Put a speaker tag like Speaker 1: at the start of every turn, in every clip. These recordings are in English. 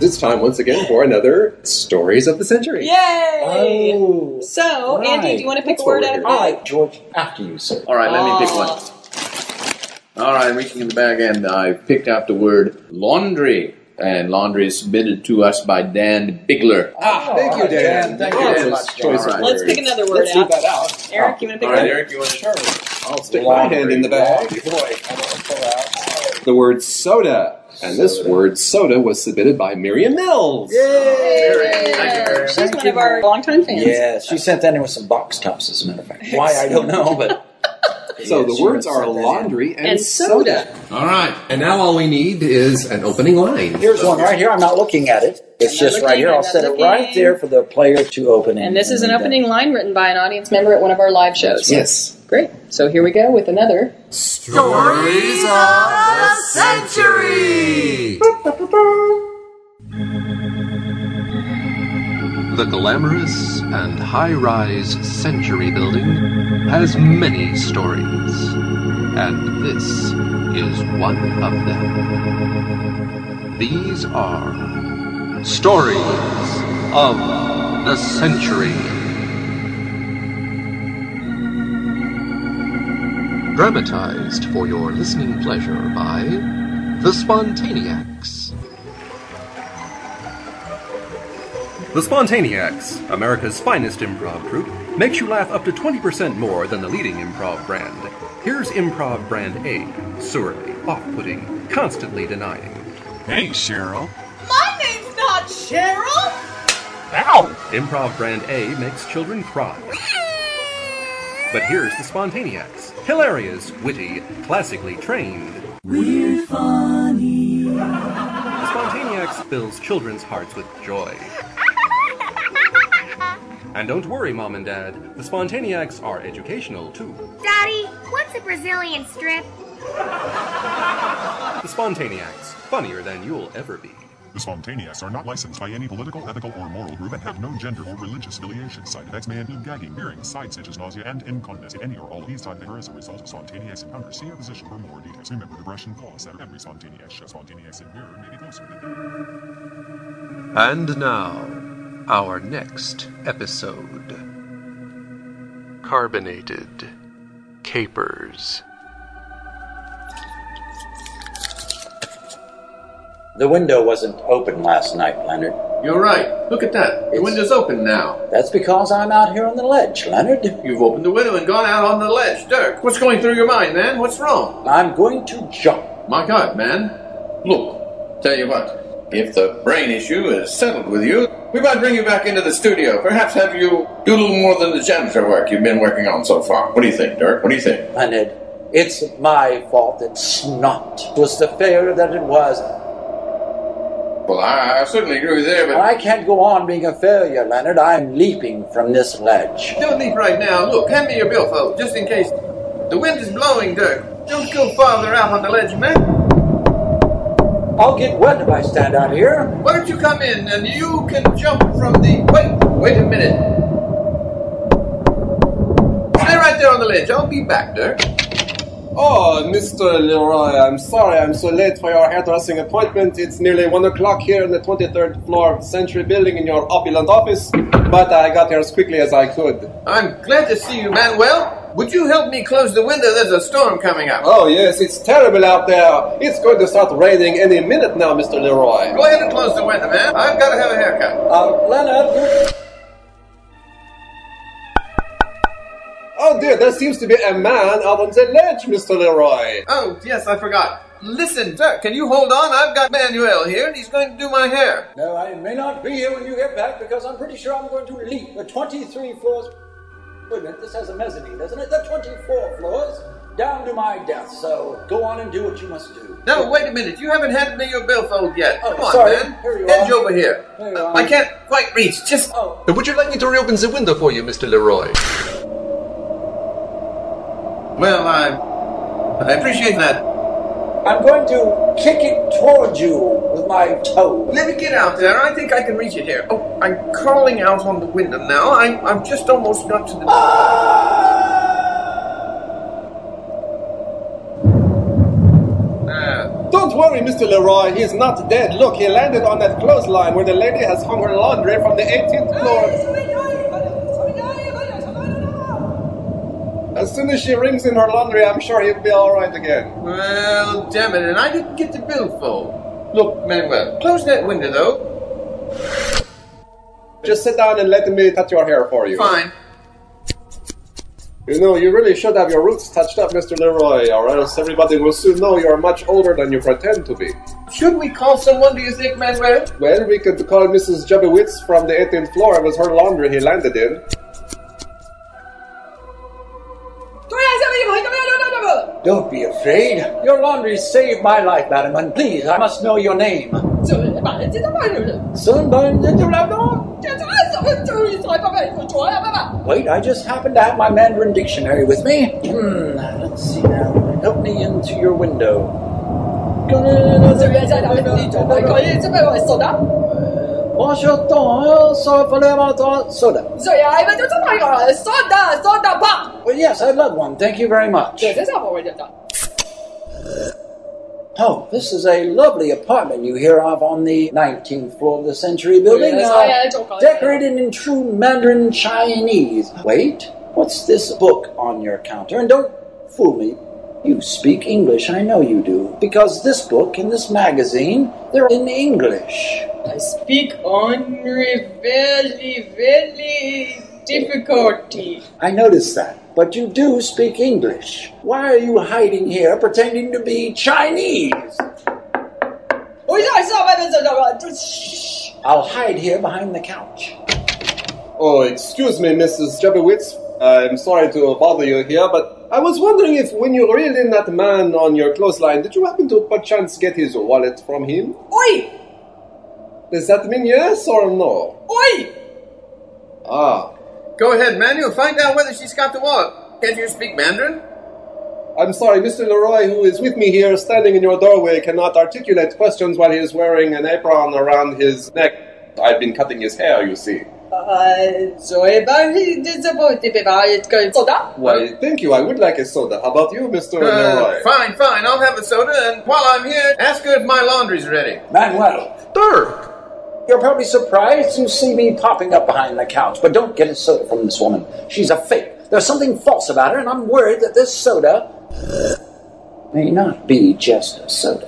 Speaker 1: It's time once again for another Stories of the Century.
Speaker 2: Yay!
Speaker 3: Oh,
Speaker 2: so, Andy, do you want to pick
Speaker 1: That's
Speaker 2: a word
Speaker 1: what
Speaker 2: out of
Speaker 1: we're
Speaker 3: all
Speaker 2: that?
Speaker 3: right, George. After you, sir.
Speaker 4: All right, let me pick one.
Speaker 2: Aw.
Speaker 4: All right, reaching in the back end, I picked out the word laundry, and laundry is submitted to us by Dan Bigler.
Speaker 3: Ah,
Speaker 1: thank you, Dan.
Speaker 3: Thank
Speaker 2: Oh,
Speaker 3: you very
Speaker 4: yes.
Speaker 3: much,
Speaker 1: Choice
Speaker 3: George.
Speaker 1: of
Speaker 4: All right.
Speaker 2: Let's pick another word
Speaker 3: Let's leave
Speaker 2: out.
Speaker 3: that out.
Speaker 2: Eric, you want to
Speaker 4: All
Speaker 2: pick
Speaker 4: right,
Speaker 2: one?
Speaker 4: Eric, you want to?
Speaker 3: Sure.
Speaker 1: I'll stick my hand in the bag.
Speaker 3: Laundry. Boy, I don't pull out.
Speaker 1: The word soda. And this
Speaker 3: Soda.
Speaker 1: word soda was submitted by Miriam Mills.
Speaker 4: Oh, Eric, thank you very much.
Speaker 2: She's one of our longtime fans.
Speaker 3: Yeah, she sent that in with some box tops, as a matter of fact. Why, I don't know, but.
Speaker 1: So
Speaker 3: Yeah,
Speaker 1: the
Speaker 3: she
Speaker 1: words
Speaker 3: sent
Speaker 1: are
Speaker 3: that in.
Speaker 1: laundry and,
Speaker 2: And soda.
Speaker 4: All right.
Speaker 1: And now all we need is an opening line.
Speaker 3: Here's one right here. I'm not looking at it. It's
Speaker 2: I'm not
Speaker 3: just right
Speaker 2: looking,
Speaker 3: here.
Speaker 2: I'm
Speaker 3: I'll
Speaker 2: not
Speaker 3: set it right
Speaker 2: looking.
Speaker 3: there for the player to open it.
Speaker 2: And this is an
Speaker 3: read
Speaker 2: opening line written by an audience member at one of our live shows.
Speaker 1: Yes.
Speaker 2: Great. So here we go with another.
Speaker 5: Stories of the Century! The glamorous and high rise Century building has many stories, and this is one of them. These are Stories of the Century. dramatized for your listening pleasure by The Spontaniacs.
Speaker 6: The Spontaniacs, America's finest improv troupe, makes you laugh up to 20% more than the leading improv brand. Here's improv brand A, surly, off putting, constantly denying.
Speaker 7: Thanks, Cheryl.
Speaker 8: My name's not Cheryl.
Speaker 7: Ow!
Speaker 6: Improv brand A makes children cry. But here's the Spontaniacs, hilarious, witty, classically trained. We're funny. The Spontaniacs fills children's hearts with joy. And don't worry, Mom and Dad, the Spontaniacs are educational too.
Speaker 5: Daddy, what's a Brazilian strip?
Speaker 6: The Spontaniacs, funnier than you'll ever be.
Speaker 7: The Spontaniacs are not licensed by any political, ethical, or moral group and have no gender or religious affiliation. Side effects may include gagging, hearing, side stitches, nausea, and incontinence. If any or all of these type occur as a result of spontaneous encounter, see a physician for more details. Remember the Russian clause that every spontaneous show spontaneous in mirror may be closer than...
Speaker 5: And now, our next episode Carbonated Capers.
Speaker 3: The window wasn't open last night, Leonard.
Speaker 4: You're right. Look at that. The
Speaker 3: It's-
Speaker 4: window's open now.
Speaker 3: That's because I'm out here on the ledge, Leonard.
Speaker 4: You've opened the window and gone out on the ledge. Dirk, what's going through your mind, man? What's wrong?
Speaker 3: I'm going to jump.
Speaker 4: My God, man. Look, tell you what. If the brain issue is settled with you, we might bring you back into the studio. Perhaps have you do a little more than the janitor work you've been working on so far. What do you think, Dirk? What do you think?
Speaker 3: Leonard, it's my fault. It's not. It was the failure that it was.
Speaker 4: Well, I, I certainly agree with you there, but
Speaker 3: And I can't go on being a failure, Leonard. I'm leaping from this ledge.
Speaker 4: Don't leave right now. Look, hand me your billfold, just in case. The wind is blowing, Dirk. Don't go farther out on the ledge, man.
Speaker 3: I'll get wet if I stand out here.
Speaker 4: Why don't you come in and you can jump from the. Wait, wait a minute. Stay right there on the ledge. I'll be back, Dirk.
Speaker 1: Oh, Mr. Leroy, I'm sorry I'm so late for your hairdressing appointment. It's nearly 1 o'clock here in the 23rd floor of the Century Building in your opulent office, but I got here as quickly as I could.
Speaker 4: I'm glad to see you, Manuel. Would you help me close the window? There's a storm coming up.
Speaker 1: Oh, yes, it's terrible out there. It's going to start raining any minute now, Mr. Leroy.
Speaker 4: Go ahead and close the window, man. I've got to have a haircut.
Speaker 3: Uh, Leonard, you-
Speaker 1: Oh, dear, there seems to be a man out on the ledge, Mr. Leroy.
Speaker 4: Oh, yes, I forgot. Listen, Dirk, can you hold on? I've got Manuel here, and he's going to do my hair.
Speaker 3: No, I may not be here when you get back because I'm pretty sure I'm going to leap the 23 floors. Wait a minute, this has a mezzanine, doesn't it? The 24 floors down to my death. So go on and do what you must do.
Speaker 4: No, wait a minute. You haven't handed me your billfold yet.
Speaker 3: Oh,
Speaker 4: Come on,
Speaker 3: sorry.
Speaker 4: man.
Speaker 3: Here you
Speaker 4: Edge
Speaker 3: are.
Speaker 4: over here.
Speaker 3: Here you
Speaker 4: Uh,
Speaker 3: are.
Speaker 4: I can't quite reach. Just
Speaker 3: Oh,
Speaker 5: Would you like me to reopen the window for you, Mr. Leroy?
Speaker 4: well, I I appreciate that.
Speaker 3: I'm going to kick it towards you with my toe.
Speaker 4: Let me get out there. I think I can reach it here. Oh, I'm crawling out on the window now. I I've just almost got to the. Ah,
Speaker 1: Don't worry, Mr. Leroy, he's not dead. Look, he landed on that clothesline where the lady has hung her laundry from the 18th floor. As soon as she rings in her laundry, I'm sure he'll be alright again.
Speaker 4: Well, damn it, and I didn't get the billfold. Look, Manuel, close that window, though.
Speaker 1: Just sit down and let me cut your hair for you.
Speaker 4: Fine.
Speaker 1: You know, you really should have your roots touched up, Mr. Leroy, or else everybody will soon know you're much older than you pretend to be.
Speaker 4: Should we call someone, do you think, Manuel?
Speaker 1: Well, we could call Mrs. Jubowitz from the 18th floor. It was her laundry he landed in.
Speaker 3: Don't be afraid. Your laundry saved my life, madam, and please, I must know your name. Sunburn into Labrador? Wait, I just happen to have my Mandarin dictionary with me. Hmm, let's see now. Help me into your window. Bonjour, ton, so for Labrador soda. Well, yes, I'd love one. Thank you very much. Oh, this is a lovely apartment you hear of on the 19th floor of the Century Building.
Speaker 9: Yes, Oh,
Speaker 3: uh,
Speaker 9: I- I don't call it-
Speaker 3: decorated in true Mandarin Chinese. Wait, what's this book on your counter? And don't fool me. You speak English, I know you do. Because this book and this magazine, they're in English.
Speaker 2: I speak only very, very difficulty.
Speaker 3: I noticed that. But you do speak English. Why are you hiding here pretending to be Chinese?
Speaker 9: uh,
Speaker 3: I'll hide here behind the couch.
Speaker 1: Oh, excuse me, Mrs. Jabowitz. I'm sorry to bother you here, but I was wondering if when you reeled in that man on your clothesline, did you happen to perchance get his wallet from him?
Speaker 2: Oi!
Speaker 1: Does that mean yes or no?
Speaker 2: Oi!
Speaker 1: Ah,
Speaker 4: Go ahead, Manuel, find out whether she's got the wallet. Can't you speak Mandarin?
Speaker 1: I'm sorry, Mr. Leroy, who is with me here, standing in your doorway, cannot articulate questions while he is wearing an apron around his neck. I've been cutting his hair, you see.
Speaker 2: Zoe Barry disappointed me by it going soda.
Speaker 1: Why, thank you. I would like a soda. How about you, Mr.
Speaker 4: Uh,
Speaker 1: Leroy?
Speaker 4: fine, fine. I'll have a soda, and while I'm here, ask her if my laundry's ready.
Speaker 3: Manuel,
Speaker 10: Sir!
Speaker 3: you're probably surprised you see me popping up behind the couch, but don't get a soda from this woman. She's a fake. There's something false about her, and I'm worried that this soda may not be just a soda.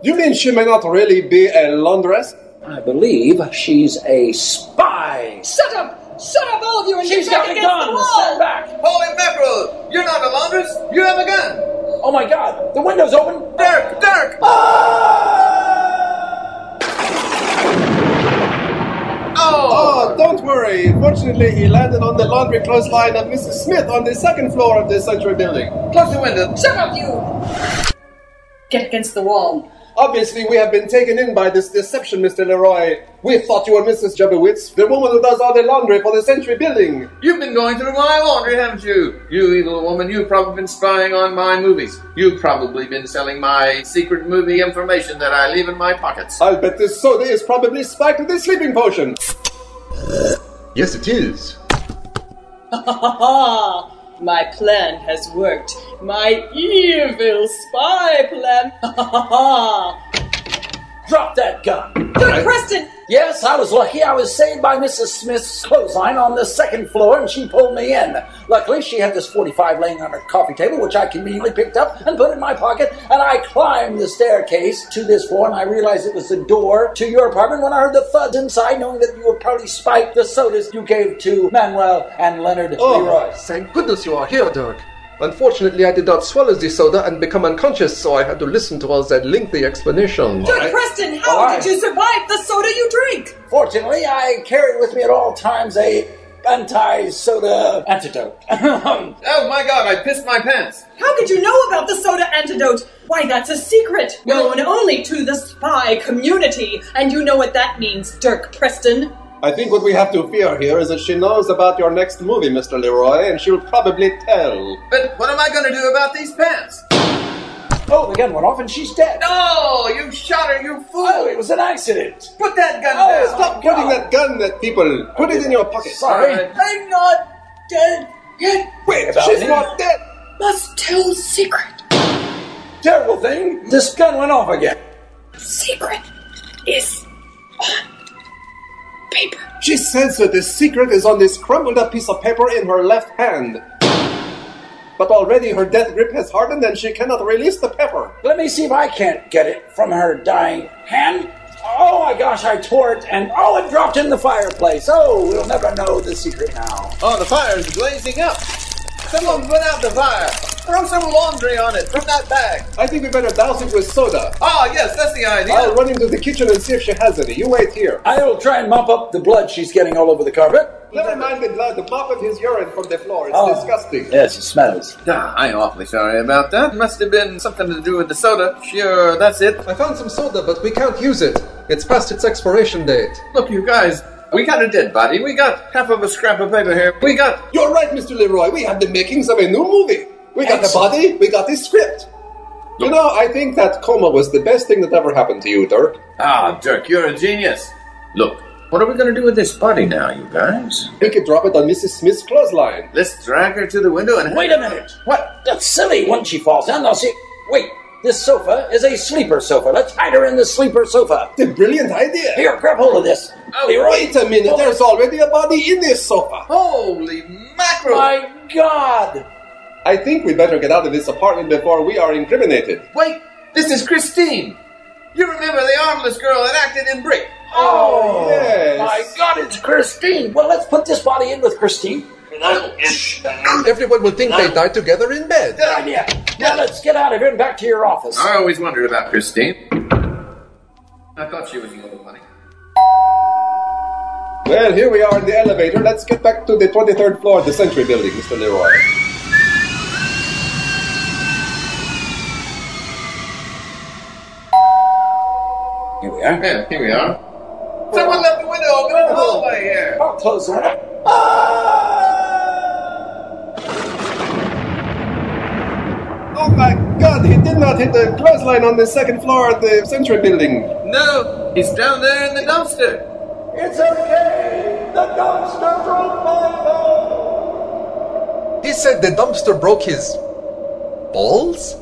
Speaker 1: You mean she may not really be a laundress?
Speaker 3: I believe she's a spy.
Speaker 2: Shut up! Shut up, all of you, and
Speaker 3: She's
Speaker 2: get back
Speaker 3: got a
Speaker 2: against the
Speaker 3: gun.
Speaker 2: wall!
Speaker 3: Stand back.
Speaker 4: Holy mackerel! You're not a laundress. You have a gun.
Speaker 3: Oh my God! The window's open. Ah!
Speaker 4: Dirk, Dirk!
Speaker 1: Oh, don't worry. Fortunately, he landed on the laundry clothesline of Mrs. Smith on the second floor of the Century Building.
Speaker 4: Close the window.
Speaker 2: Shut up, you! Get against the wall.
Speaker 1: Obviously, we have been taken in by this deception, Mr. Leroy. We thought you were Mrs. Jabowitz, the woman who does all the laundry for the Century Building.
Speaker 4: You've been going through my laundry, haven't you? You evil woman, you've probably been spying on my movies. You've probably been selling my secret movie information that I leave in my pockets.
Speaker 1: I'll bet this soda is probably spiked with a sleeping potion.
Speaker 10: Yes, it is.
Speaker 2: Ah, my plan has worked. My evil spy plan. Ha ha ha!
Speaker 3: Drop that gun.
Speaker 2: Good, Preston.
Speaker 3: Yes, I was lucky. I was saved by Mrs. Smith's clothesline on the second floor, and she pulled me in. Luckily, she had this 45 laying on her coffee table, which I conveniently picked up and put in my pocket, and I climbed the staircase to this floor, and I realized it was the door to your apartment when I heard the thuds inside, knowing that you would probably spike the sodas you gave to Manuel and Leonard
Speaker 5: Oh.
Speaker 3: Leroy.
Speaker 5: Thank goodness you are here, Dirk. Unfortunately, I did not swallow the soda and become unconscious, so I had to listen to all that lengthy explanation.
Speaker 2: Good, Preston. How
Speaker 3: All right.
Speaker 2: did you survive the soda you drink?
Speaker 3: Fortunately, I carried with me at all times a anti-soda antidote.
Speaker 4: Oh my god, I pissed my pants.
Speaker 2: How could you know about the soda antidote? Why, that's a secret known only to the spy community, and you know what that means, Dirk Preston.
Speaker 1: I think what we have to fear here is that she knows about your next movie, Mr. Leroy, and she'll probably tell.
Speaker 4: But what am I gonna do about these pants?
Speaker 3: oh, the gun went off and she's dead.
Speaker 4: No, you shot her, you fool!
Speaker 3: Oh, it was an accident.
Speaker 4: Put that gun
Speaker 3: Oh,
Speaker 4: down!
Speaker 1: Stop
Speaker 3: Oh,
Speaker 1: putting
Speaker 3: God.
Speaker 1: that gun at people. Put it in your pocket.
Speaker 3: Sorry.
Speaker 4: All right.
Speaker 2: I'm not dead yet.
Speaker 1: Wait, she's not dead.
Speaker 2: Must tell secret.
Speaker 3: terrible thing, this gun went off again.
Speaker 8: Secret is on paper.
Speaker 1: She says that the secret is on this crumpled up piece of paper in her left hand. But already her death grip has hardened and she cannot release the paper.
Speaker 3: Let me see if I can't get it from her dying hand. Oh my gosh, I tore it and oh, it dropped in the fireplace. Oh, we'll never know the secret now.
Speaker 4: Oh, the fire's blazing up. Someone put out the fire. Throw some laundry on it from that bag.
Speaker 1: I think we better douse it with soda.
Speaker 4: Oh, yes, that's the idea.
Speaker 1: I'll run into the kitchen and see if she has any. You wait here.
Speaker 3: I will try and mop up the blood she's getting all over the carpet.
Speaker 1: Never mind the blood, the mop of his urine from the floor. It's
Speaker 11: Ah.
Speaker 3: Oh.
Speaker 1: disgusting.
Speaker 3: Yes, it smells.
Speaker 4: Ah, I'm awfully sorry about that. Must have been something to do with the soda. Sure, that's it.
Speaker 11: I found some soda, but we can't use it. It's past its expiration date.
Speaker 4: Look, you guys, we got a dead body. We got half of a scrap of paper here. We got.
Speaker 1: You're right, Mr. Leroy. We have the makings of a new movie. We got the body, we got the script. You know, I think that coma was the best thing that ever happened to you, Dirk.
Speaker 4: Ah, Dirk, you're a genius. Look, what are we going to do with this body now, you guys?
Speaker 1: We could drop it on Mrs. Smith's clothesline.
Speaker 4: Let's drag her to the window and.
Speaker 3: Wait a minute. What? That's silly. Once she falls down, they'll see. Wait, this sofa is a sleeper sofa. Let's hide her in the sleeper sofa.
Speaker 1: The brilliant idea!
Speaker 3: Here, grab hold of this.
Speaker 4: Oh.
Speaker 3: Leroy.
Speaker 1: Wait a minute, there's already a body in this sofa.
Speaker 4: Holy mackerel!
Speaker 3: My God!
Speaker 1: I think we better get out of this apartment before we are incriminated.
Speaker 4: Wait, this is Christine. You remember the armless girl that acted in Brick?
Speaker 3: Oh,
Speaker 1: yes.
Speaker 3: my God, it's Christine. Well, let's put this body in with Christine. Good
Speaker 11: Everyone will think they died together in bed.
Speaker 3: idea. Now let's get out of here and back to your office.
Speaker 4: I always wondered about Christine. I thought she was a little funny.
Speaker 1: Well, here we are in the elevator. Let's get back to the 23rd floor of the Century Building, Mr. Leroy.
Speaker 3: Here we are.
Speaker 4: Yeah, here we are. Someone left the window open in the hallway here.
Speaker 3: I'll close the window. Ah!
Speaker 1: Oh my god, he did not hit the clothesline on the second floor of the Century Building.
Speaker 4: No, he's down there in the dumpster.
Speaker 3: It's okay. The dumpster broke my bone.
Speaker 11: He said the dumpster broke his balls?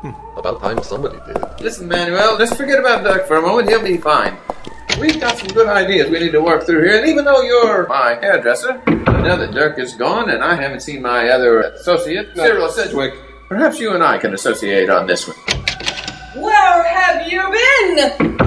Speaker 11: Hmm, About time somebody did.
Speaker 4: Listen, Manuel, just forget about Doug for a moment. He'll be fine. We've got some good ideas we need to work through here, and even though you're my hairdresser, now that Dirk is gone and I haven't seen my other associate, Cyril Sedgwick, perhaps you and I can associate on this one.
Speaker 2: Where have you been?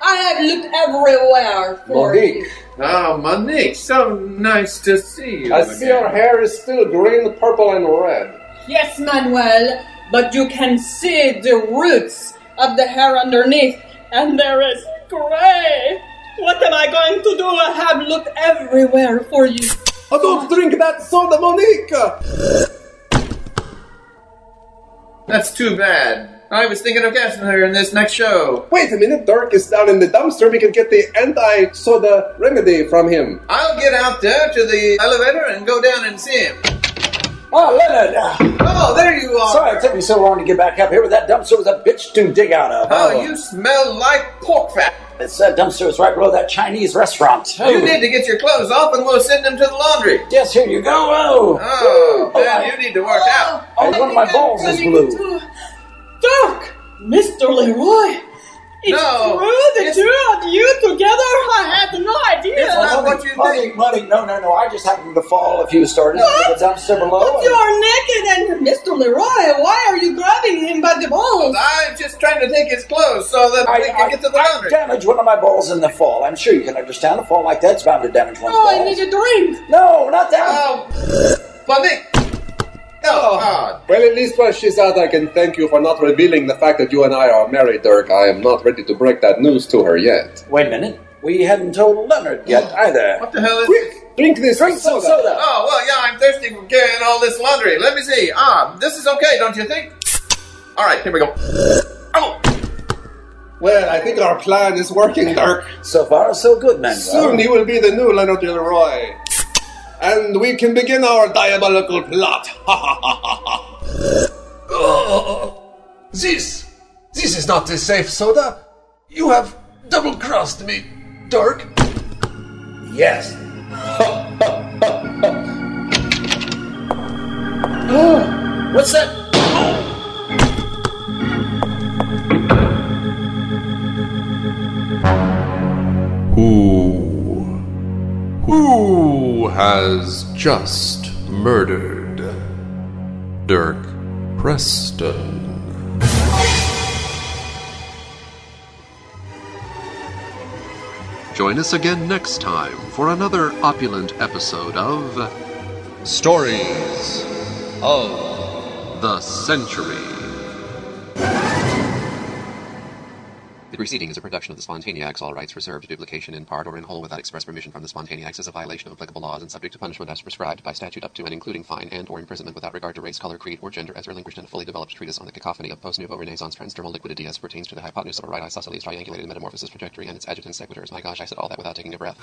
Speaker 2: I have looked everywhere for
Speaker 1: Monique,
Speaker 2: you.
Speaker 4: Oh, Monique, so nice to see you.
Speaker 1: I see
Speaker 4: again.
Speaker 1: your hair is still green, purple, and red.
Speaker 2: Yes, Manuel, but you can see the roots of the hair underneath, and there is gray. What am I going to do? I have looked everywhere for you.
Speaker 1: Oh, don't drink that soda, Monique!
Speaker 4: That's too bad. I was thinking of casting her in this next show.
Speaker 1: Wait a minute, Dirk is down in the dumpster. We can get the anti soda remedy from him.
Speaker 4: I'll get out there to the elevator and go down and see him.
Speaker 3: Oh, Leonard. ah,
Speaker 4: Oh, there you are.
Speaker 3: Sorry it took me so long to get back up here, but that dumpster was a bitch to dig out of.
Speaker 4: Oh, you smell like pork fat.
Speaker 3: This uh, dumpster is right below that Chinese restaurant. Oh.
Speaker 4: You need to get your clothes off and we'll send them to the laundry.
Speaker 3: Yes, here you go. Oh,
Speaker 4: Oh,
Speaker 3: Oh,
Speaker 4: man,
Speaker 3: I-
Speaker 4: you need to work out.
Speaker 3: Oh, one of my balls is blue.
Speaker 2: Dirk! Mr. Leroy! It's
Speaker 4: No,
Speaker 2: true, the
Speaker 4: it's-
Speaker 2: two of you together? I had no idea.
Speaker 4: It's not what you
Speaker 3: money,
Speaker 4: think.
Speaker 3: money, no, no, no. I just happened to fall a few stories into the dumpster below.
Speaker 2: But you're naked and Mr. Leroy, why are you grabbing him by the balls?
Speaker 4: I'm just trying to take his clothes so that we can get to the laundry.
Speaker 3: damaged one of my balls in the fall. I'm sure you can understand. A fall like that's bound to damage one's
Speaker 2: Oh, I
Speaker 3: balls.
Speaker 2: need a drink.
Speaker 3: No, not that.
Speaker 4: Oh, Monique. Oh, God.
Speaker 1: Well, at least while she's out, I can thank you for not revealing the fact that you and I are married, Dirk. I am not ready to break that news to her
Speaker 4: Oh.
Speaker 1: yet.
Speaker 3: Wait a minute. We hadn't told Leonard yet either.
Speaker 4: What the hell is
Speaker 1: Quick, drink this
Speaker 3: Drink some soda.
Speaker 4: Oh, well, yeah, I'm thirsty from carrying all this laundry. Let me see. Ah, this is okay, don't you think? All right, here we go. Oh,
Speaker 1: Well, I think our plan is working, Dirk.
Speaker 3: So far, so good, Manuel.
Speaker 1: Soon you will be the new Leonard Leroy. And we can begin our diabolical plot.
Speaker 11: Oh, This! This is not a safe soda! You have double crossed me, Dirk!
Speaker 3: Yes. Oh, What's that?
Speaker 1: Who. Who has just murdered Dirk Preston?
Speaker 12: Join us again next time for another opulent episode of Stories of the Century.
Speaker 5: The preceding is a production of the Spontaneacs, all rights reserved. Duplication in part or in whole without express permission from the Spontaneacs is a violation of applicable laws and subject to punishment as prescribed by statute up to and including fine and or imprisonment without regard to race, color, creed, or gender as relinquished in a fully developed treatise on the cacophony of post-nouveau renaissance transdermal liquidity as pertains to the hypotenuse of a right isosceles triangulated metamorphosis trajectory and its adjutant sequiturs. My gosh, I said all that without taking a breath.